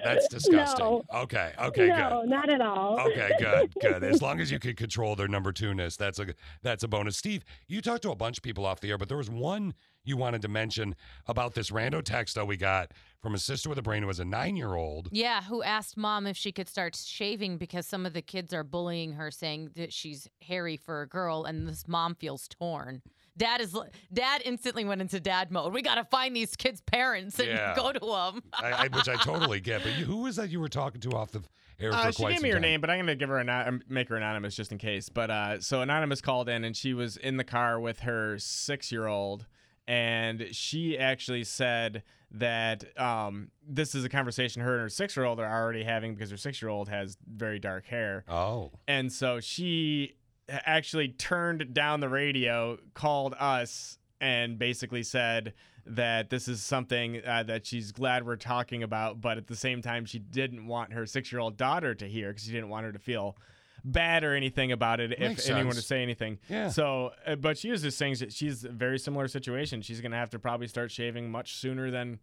that's disgusting. No. Okay, okay, no, good. not at all. Okay, good, good. As long as you can control their number two ness, that's a that's a bonus. Steve, you talked to a bunch of people off the air, but there was one you wanted to mention about this rando text that we got from a sister with a brain who was a nine year old. Yeah, who asked mom if she could start shaving because some of the kids are bullying her, saying that she's hairy for a girl, and this mom feels torn. Dad is dad instantly went into dad mode. We gotta find these kids' parents and Yeah. go to them. I, I, which I totally get. But you, who was that you were talking to off the air for Uh, quite she gave some me her time? name, but I'm gonna give her an make her anonymous just in case. But uh, so anonymous called in, and she was in the car with her six year old, and she actually said that um, this is a conversation her and her six year old are already having because her six year old has very dark hair. Oh, and so she actually turned down the radio, called us, and basically said that this is something uh, that she's glad we're talking about, but at the same time, she didn't want her six year old daughter to hear because she didn't want her to feel bad or anything about it Makes if anyone sense. to say anything. Yeah. So, uh, but she was just saying that she's a very similar situation. She's going to have to probably start shaving much sooner than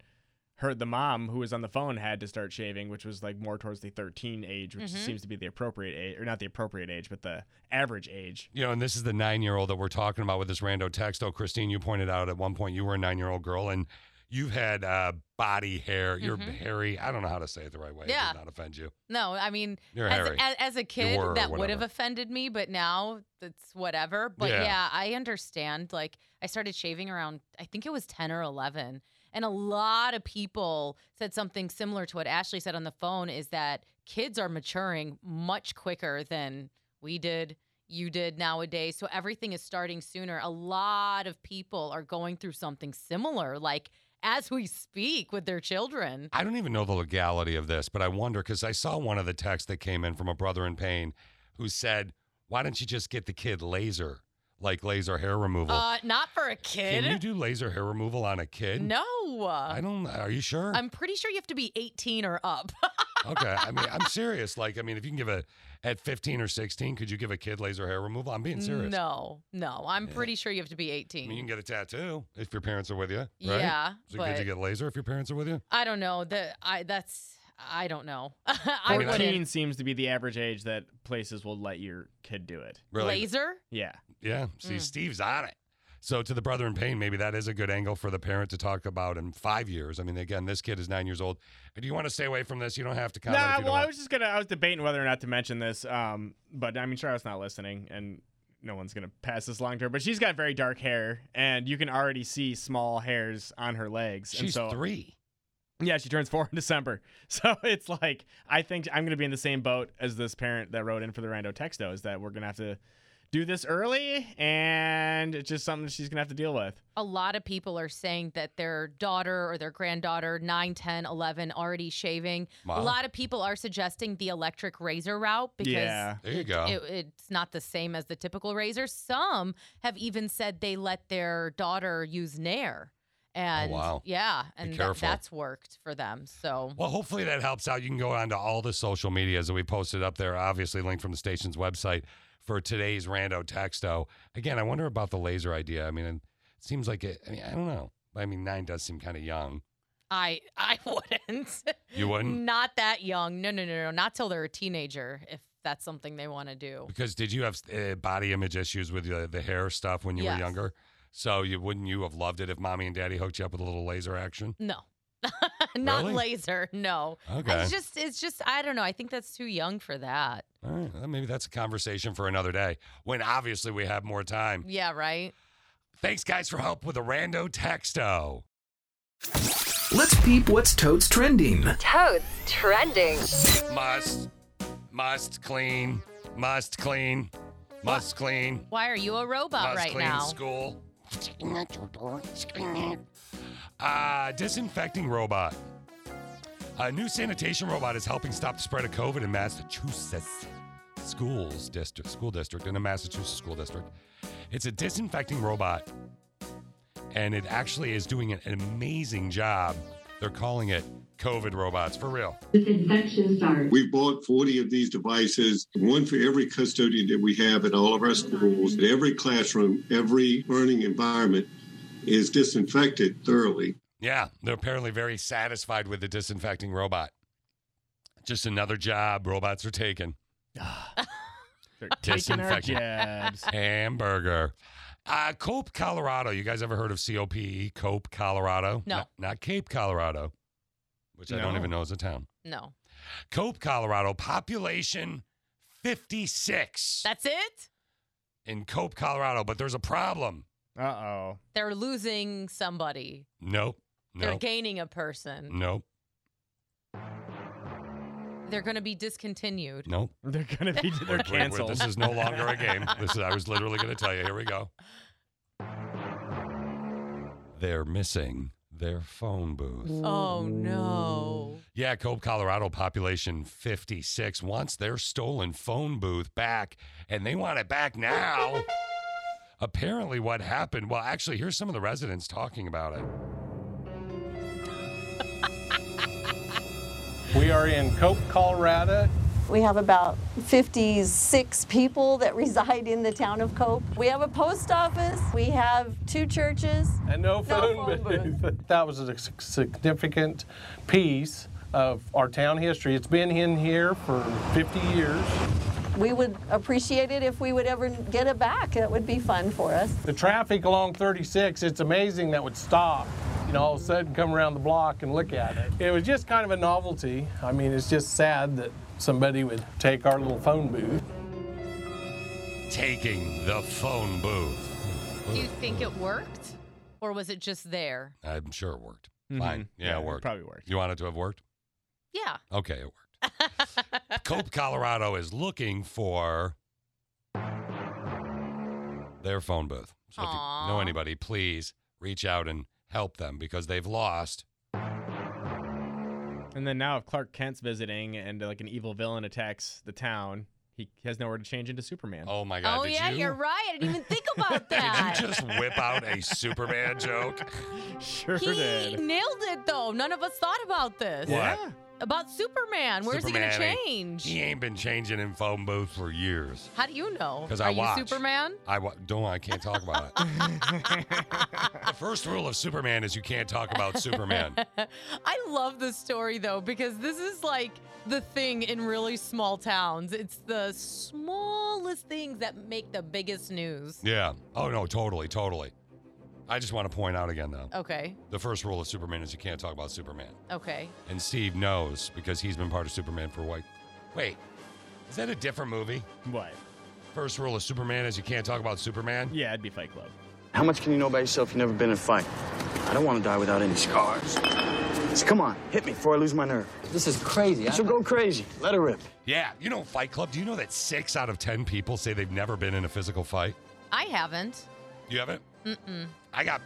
her the mom who was on the phone had to start shaving which was like more towards the 13 age which Mhm. seems to be the appropriate age or not the appropriate age but the average age You know, and this is the nine year old that we're talking about with this rando text. Oh, Christine, you pointed out at one point you were a nine year old girl and you've had uh, body hair. You're Mhm. hairy. I don't know how to say it the right way. Yeah. It did not offend you. No, I mean, You're as, hairy. as, as a You kid, were or that would have whatever. offended me, but now it's whatever. But Yeah. yeah. I understand. Like, I started shaving around, I think it was 10 or 11. And a lot of people said something similar to what Ashley said on the phone is that kids are maturing much quicker than we did, you did nowadays. So everything is starting sooner. A lot of people are going through something similar, like as we speak with their children. I don't even know the legality of this, but I wonder because I saw one of the texts that came in from a brother in pain who said, Why don't you just get the kid laser, like laser hair removal? Uh, not for a kid. Can you do laser hair removal on a kid? No. I don't. Are you sure? I'm pretty sure you have to be 18 or up. okay. I mean, I'm serious. Like, I mean, if you can give a at 15 or 16, could you give a kid laser hair removal? I'm being serious. No, no. I'm pretty sure you have to be I 18. mean, you can get a tattoo if your parents are with you. Right? Yeah, So could you but- get laser if your parents are with you? I don't know. That I that's I don't know. I 14 wouldn't. seems to be the average age that places will let your kid do it Laser? yeah Yeah. See, Mm. Steve's on it. So to the brother in pain, maybe that is a good angle for the parent to talk about in five years. I mean, again, this kid is nine years old. Do you want to stay away from this? You don't have to comment. if nah, you well don't i want- was just gonna i was debating whether or not to mention this um but i mean charlotte's not listening and no one's gonna pass this along to her but she's got very dark hair and you can already see small hairs on her legs and She's so three. Yeah, she turns four in December. So it's like I think I'm gonna be in the same boat as this parent that wrote in for the rando texto is that we're gonna have to do this early and it's just something she's gonna have to deal with. A lot of people are saying that their daughter or their granddaughter, 9, 10, 11, already shaving. Wow. A lot of people are suggesting the electric razor route because Yeah. There you it- go. Oh. it- it's not the same as the typical razor. Some have even said they let their daughter use Nair. And Oh, wow. yeah, and that, careful. that's worked for them. So Well, hopefully that helps out. You can go on to all the social medias that we posted up there, obviously linked from the station's website for today's rando texto. Again, I wonder about the laser idea. I mean, it seems like it. I mean, I don't know. I mean, nine does seem kind of young. I I wouldn't. You wouldn't? Not that young. No, no, no, no. Not till they're a teenager. If that's something they want to do. Because did you have uh, body image issues with the, the hair stuff when you Yes. were younger? So you wouldn't you have loved it if mommy and daddy hooked you up with a little laser action? No. Not Really? laser. No. Okay. It's just it's just I don't know. I think that's too young for that. All right, well, maybe that's a conversation for another day when obviously we have more time. Yeah, right? Thanks, guys, for help with the rando texto. Let's peep what's Toad's trending. Toads trending. Must, must clean, must clean, must clean, Why are you a robot must right clean now? school. Uh, disinfecting robot. A new sanitation robot is helping stop the spread of COVID in Massachusetts schools district school district in a Massachusetts school district. It's a disinfecting robot, and it actually is doing an amazing job. They're calling it COVID robots for real. We've bought 40 of these devices, one for every custodian that we have at all of our schools. In every classroom, every learning environment is disinfected thoroughly. Yeah, they're apparently very satisfied with the disinfecting robot. Just another job robots are taking. They're taking our Disinfecting jabs. hamburger. Uh, Cope, Colorado. You guys ever heard of COPE, E, Cope, Colorado? No. Not, not Cape, Colorado, which I don't No. even know is a town. No. Cope, Colorado, population 56 That's it? in Cope, Colorado, but there's a problem. Uh oh. They're losing somebody. Nope. They're Nope. gaining a person. Nope. Mm. They're going to be discontinued. Nope. They're gonna be Wait, they're wait, wait, canceled. Mm-hmm. This is no longer a game. This is, I was literally going to tell you. Here we go. They're missing their phone booth. Oh no. Yeah, Cope, Colorado, population 56 wants their stolen phone booth back, and they want it back now. Apparently, what happened? Well, actually, here's some of the residents talking about it. We are in Cope, Colorado. We have about 56 people that reside in the town of Cope. We have a post office. We have two churches. And no phone, booth. That was a s- significant piece of our town history. It's been in here for 50 years. We would appreciate it if we would ever get it back. That would be fun for us. The traffic along 36, it's amazing that would stop. You know, all of a sudden come around the block and look at it. It was just kind of a novelty. I mean, it's just sad that somebody would take our little phone booth. Taking the phone booth. Do you think it worked? Or was it just there? I'm sure it worked. Fine. Yeah, Mm-hmm. Yeah, it it worked. probably worked. You want it to have worked? Yeah. Okay, it worked. Cope, Colorado is looking for their phone booth. So if you know Aw. anybody, please reach out and help them because they've lost. And then now, if Clark Kent's visiting and uh, like an evil villain attacks the town, he has nowhere to change into Superman. Oh my God! oh did yeah, you, are right. I didn't even think about that. Did you just whip out a Superman joke? Sure he nailed it though. None of us thought about this. What? About Superman. Where's he Superman gonna ain't- change? He ain't been changing in phone booths for years. How do you know? 'Cause Are I you watch. Superman? I wa- don't. I can't talk about it. the first rule of Superman is you can't talk about Superman. I love this story though because this is like the thing in really small towns. It's the smallest things that make the biggest news. Yeah. Oh no, totally, totally. I just want to point out again though. Okay. The first rule of Superman is you can't talk about Superman. Okay. And Steve knows because he's been part of Superman for what? Wait, is that a different movie? What? First rule of Superman is you can't talk about Superman. Yeah, it'd be Fight Club. How much can you know about yourself if you've never been in a fight? I don't want to die without any scars. So come on, hit me before I lose my nerve. This is crazy. She'll go crazy. Let her rip. Yeah, you know Fight Club. Do you know that six out of ten people say they've never been in a physical fight? I haven't. You haven't? Mm-mm. I got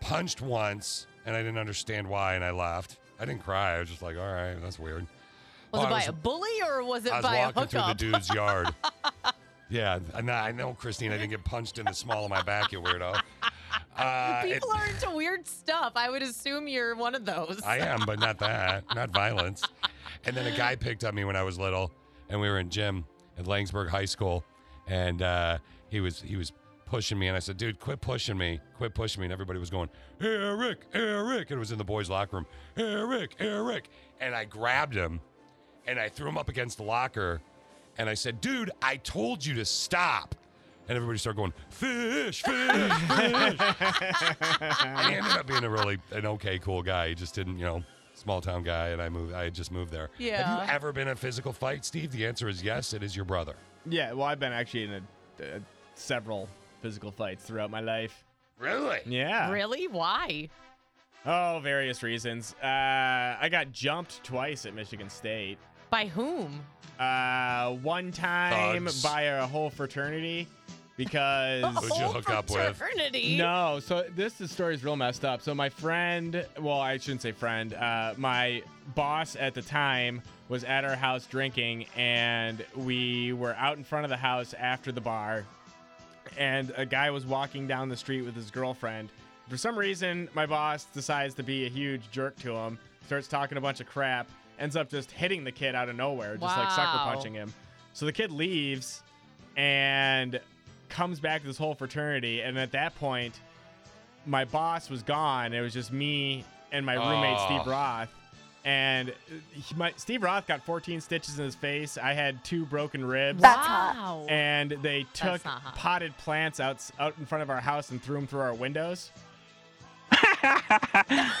punched once and I didn't understand why and I laughed. I didn't cry. I was just like, all right, that's weird. Oh, Was it I by a bully or was it I was by a walking through the hookup? dude's yard. yeah, and I know, Christine, I didn't get punched in the small of my back, you weirdo. Uh, it- People are into weird stuff. I would assume you're one of those. I am, but not that, not violence. And then a guy picked up me when I was little, and we were in gym at Langsburg High School, and uh, he was he was pushing me, and I said, "Dude, quit pushing me, quit pushing me." And everybody was going, "Eric, Eric," and it was in the boys' locker room, "Eric, Eric," and I grabbed him, and I threw him up against the locker, and I said, "Dude, I told you to stop." And everybody started going, fish, fish, fish. and he ended up being a really an okay, cool guy. He just didn't, you know, small town guy, and I moved. I had just moved there. Have you Yeah. ever been in a physical fight, Steve? The answer is yes. It is your brother. Yeah. Well, I've been actually in a, uh, several physical fights throughout my life. Really? Yeah. Really? Why? Oh, various reasons. Uh, I got jumped twice at Michigan State. By whom? Uh, one time Thugs. Oh, by a whole fraternity because A Who'd you whole hook up with? fraternity? No, so this the story's real messed up. So my friend, well, I shouldn't say friend. Uh, my boss at the time was at our house drinking, and we were out in front of the house after the bar, and a guy was walking down the street with his girlfriend. For some reason, my boss decides to be a huge jerk to him, starts talking a bunch of crap, ends up just hitting the kid out of nowhere, just like sucker Wow. punching him. So the kid leaves and comes back to this whole fraternity. And at that point, my boss was gone. It was just me and my roommate, Oh. Steve Roth. And he, my, Steve Roth got 14 stitches in his face. I had two broken ribs. That's hot. Wow. And they took That's not hot. potted plants out out in front of our house and threw them through our windows.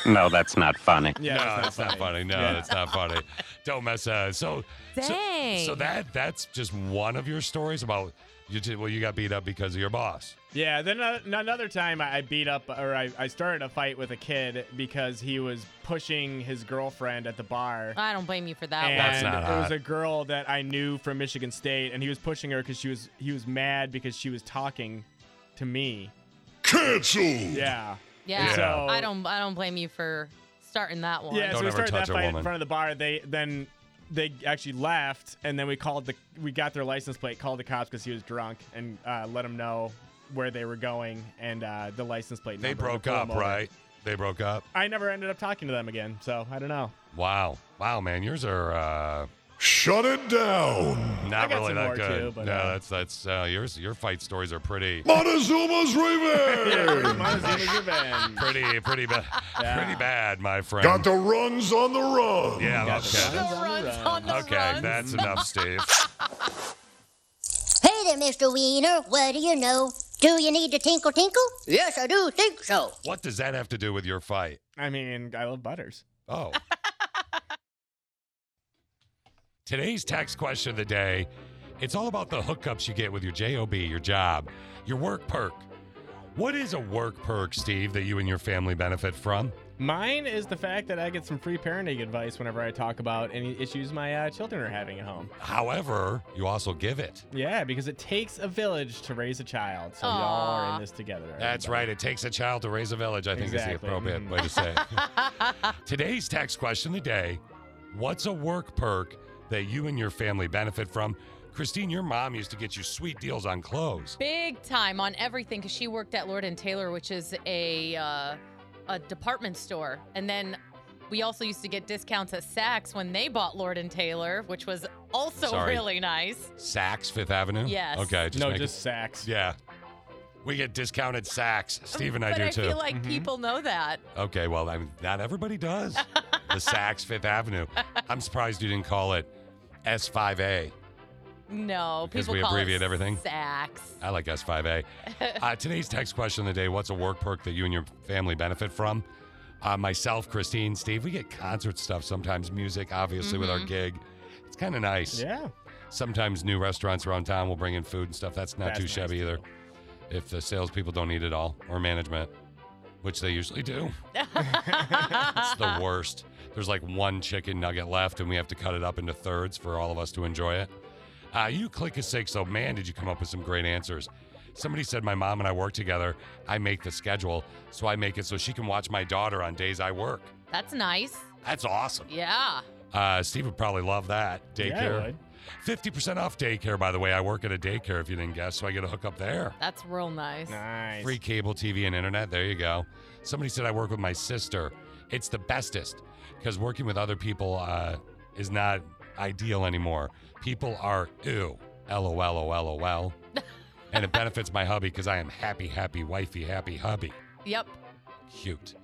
No, Oh, that's not funny. Yeah, no, that's not funny. No, Yeah. that's not funny. Don't mess up. So, so, so Dang. that that's just one of your stories about you. Just, well, you got beat up because of your boss. Yeah, then ano- another time I I beat up or I, I started a fight with a kid because he was pushing his girlfriend at the bar. I don't blame you for that and one. there was a girl that I knew from Michigan State, and he was pushing her because she was he was mad because she was talking to me. Cancelled. Yeah. yeah. And So, I don't I don't blame you for starting that one. Yeah, so we started that fight in front of the bar. They then they actually left, and then we called the we got their license plate, called the cops because he was drunk, and uh, let him know where they were going and uh, the license plate. They number to broke pull up, him over. right? They broke up. I never ended up talking to them again, so I don't know. Wow, wow, man, yours are. uh Shut it down. I Not got really some that more good. too, but, no, uh, that's that's uh, yours. Your fight stories are pretty. Montezuma's Yeah, revenge. pretty, pretty bad. Pretty bad, my friend. Got the runs on the run. Yeah, Got okay. the runs on the okay, runs. that's enough, Steve. Hey there, Mr. Wiener. What do you know? Do you need to tinkle tinkle? Yes, I do think so. What does that have to do with your fight? I mean, I love butters. Oh. Today's text question of the day, it's all about the hookups you get with your job, your job, your work perk. What is a work perk, Steve, that you and your family benefit from? Mine is the fact that I get some free parenting advice whenever I talk about any issues my uh, children are having at home. However, you also give it. Yeah, because it takes a village to raise a child, so we all are Aw. in this together. That's right. It takes a child to raise a village, I think is the Exactly. appropriate way to say it. Today's text question of the day What's a work perk that you and your family benefit from? Christine, your mom used to get you sweet deals on clothes. Big time on everything because she worked at Lord and Taylor, which is a uh, a department store, and then we also used to get discounts at Saks when they bought Lord and Taylor, which was also Sorry. really nice. Saks, Fifth Avenue? Yes. Okay. No, make just Saks. Yeah. We get discounted Saks. Steve and I but do I too. Mm-hmm. feel like people know that. Okay, well, I mean, not everybody does. the Saks Fifth Avenue. I'm surprised you didn't call it S5A. No, Because people we call it abbreviate everything? Saks. I like S5A. uh, today's text question of the day What's a work perk that you and your family benefit from? Uh, myself, Christine, Steve, we get concert stuff sometimes, music, obviously, with our Mhm. gig. It's kind of nice. Yeah. Sometimes new restaurants around town will bring in food and stuff. That's not That's too nice, shabby either. If the salespeople don't eat it all, or management, which they usually do. it's the worst. There's like one chicken nugget left, and we have to cut it up into thirds for all of us to enjoy it. Uh, you click a six. So, man, did you come up with some great answers? Somebody said my mom and I work together. I make the schedule, so I make it so she can watch my daughter on days I work. That's nice. That's awesome. Yeah. Uh, Steve would probably love that Yeah, I daycare. would. Fifty percent off daycare, by the way. I work at a daycare. If you didn't guess, so I get a hookup there. That's real nice. Nice. Free cable TV and internet. There you go. Somebody said I work with my sister. It's the bestest because working with other people uh, is not ideal anymore. People are ew, lol, lol, lol, and it benefits my hubby because I am happy, happy, wifey, happy hubby. Yep. Cute.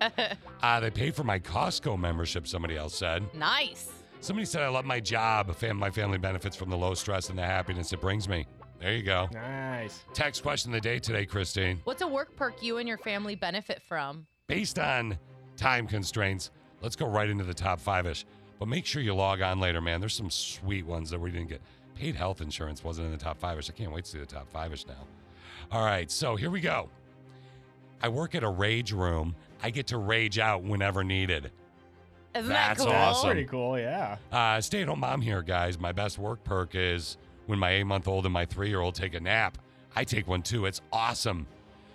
Uh, they pay for my Costco membership. Somebody else said. nice. Somebody said I love my job. Fam- my family benefits from the low stress and the happiness it brings me. There you go. Nice. Text question of the day today, Christine. What's a work perk you and your family benefit from? based on time constraints, let's go right into the top five ish. But make sure you log on later, man. There's some sweet ones that we didn't get. Paid health insurance wasn't in the top five ish. I can't wait to see the top five ish now. All right, so here we go. I work at a rage room. I get to rage out whenever needed. Isn't That's that cool? awesome. Pretty cool, yeah. Uh, Stay at home mom here, guys. My best work perk is when my eight month old and my three year old take a nap. I take one too. It's awesome.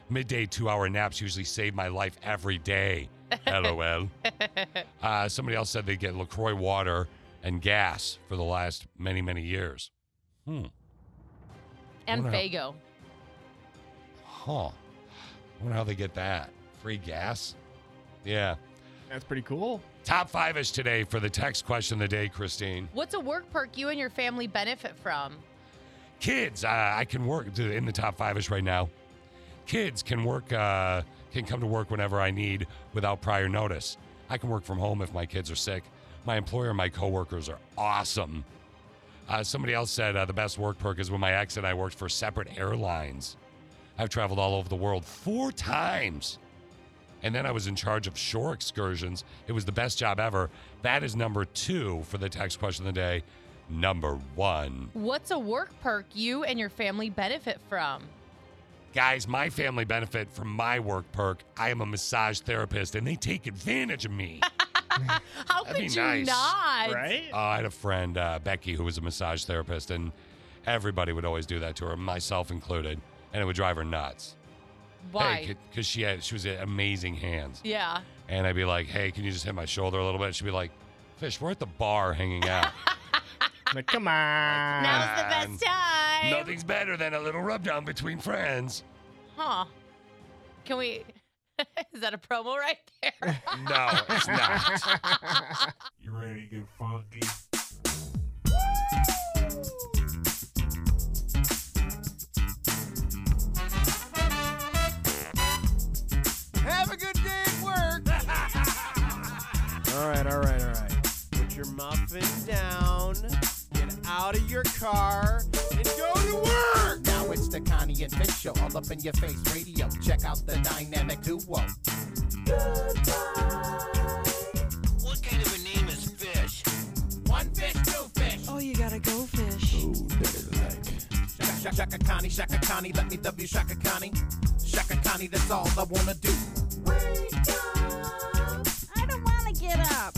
Midday two hour naps usually save my life every day. LOL. uh, somebody else said they get LaCroix water and gas for the last many, many years. Hmm. And Wonder how- Fago. Huh. I wonder how they get that. Free gas? Yeah. That's pretty cool. Top five ish today for the text question of the day, Christine. What's a work perk you and your family benefit from? kids uh, i can work to- in the top five-ish right now kids can work uh, can come to work whenever i need without prior notice i can work from home if my kids are sick my employer, my coworkers are awesome. Uh, somebody else said uh, the best work perk is when my ex and I worked for separate airlines. I've traveled all over the world four times. And then I was in charge of shore excursions. It was the best job ever. That is number two for the text question of the day. Number one. What's a work perk you and your family benefit from? Guys, my family benefit from my work perk. I am a massage therapist and they take advantage of me. How That'd be could you nice. not? Uh, I had a friend, uh, Becky, who was a massage therapist, and everybody would always do that to her, myself included, and it would drive her nuts. Why? Because she had she was at amazing hands, yeah. and I'd be like, "Hey, can you just hit my shoulder a little bit?" She'd be like, "Fish, we're at the bar hanging out." I'm like, come on. Now's the best time. Nothing's better than a little rub down between friends. Huh. Can we? Is that a promo right there? No, it's not. You ready to get funky? Have a good day at work. All right, all right, all right. Put your muffin down. Get out of your car and go to work. Now it's the Connie and Vic show, all up in your face radio. Check out the dynamic duo. What kind of a name is Fish? One fish, two fish. Oh, you gotta go fish. Ooh, dirty like. Shaka, shaka, shaka, Connie, shaka, Connie, let me W shaka, Connie. Shaka, Connie, that's all I wanna do. I don't want to get up.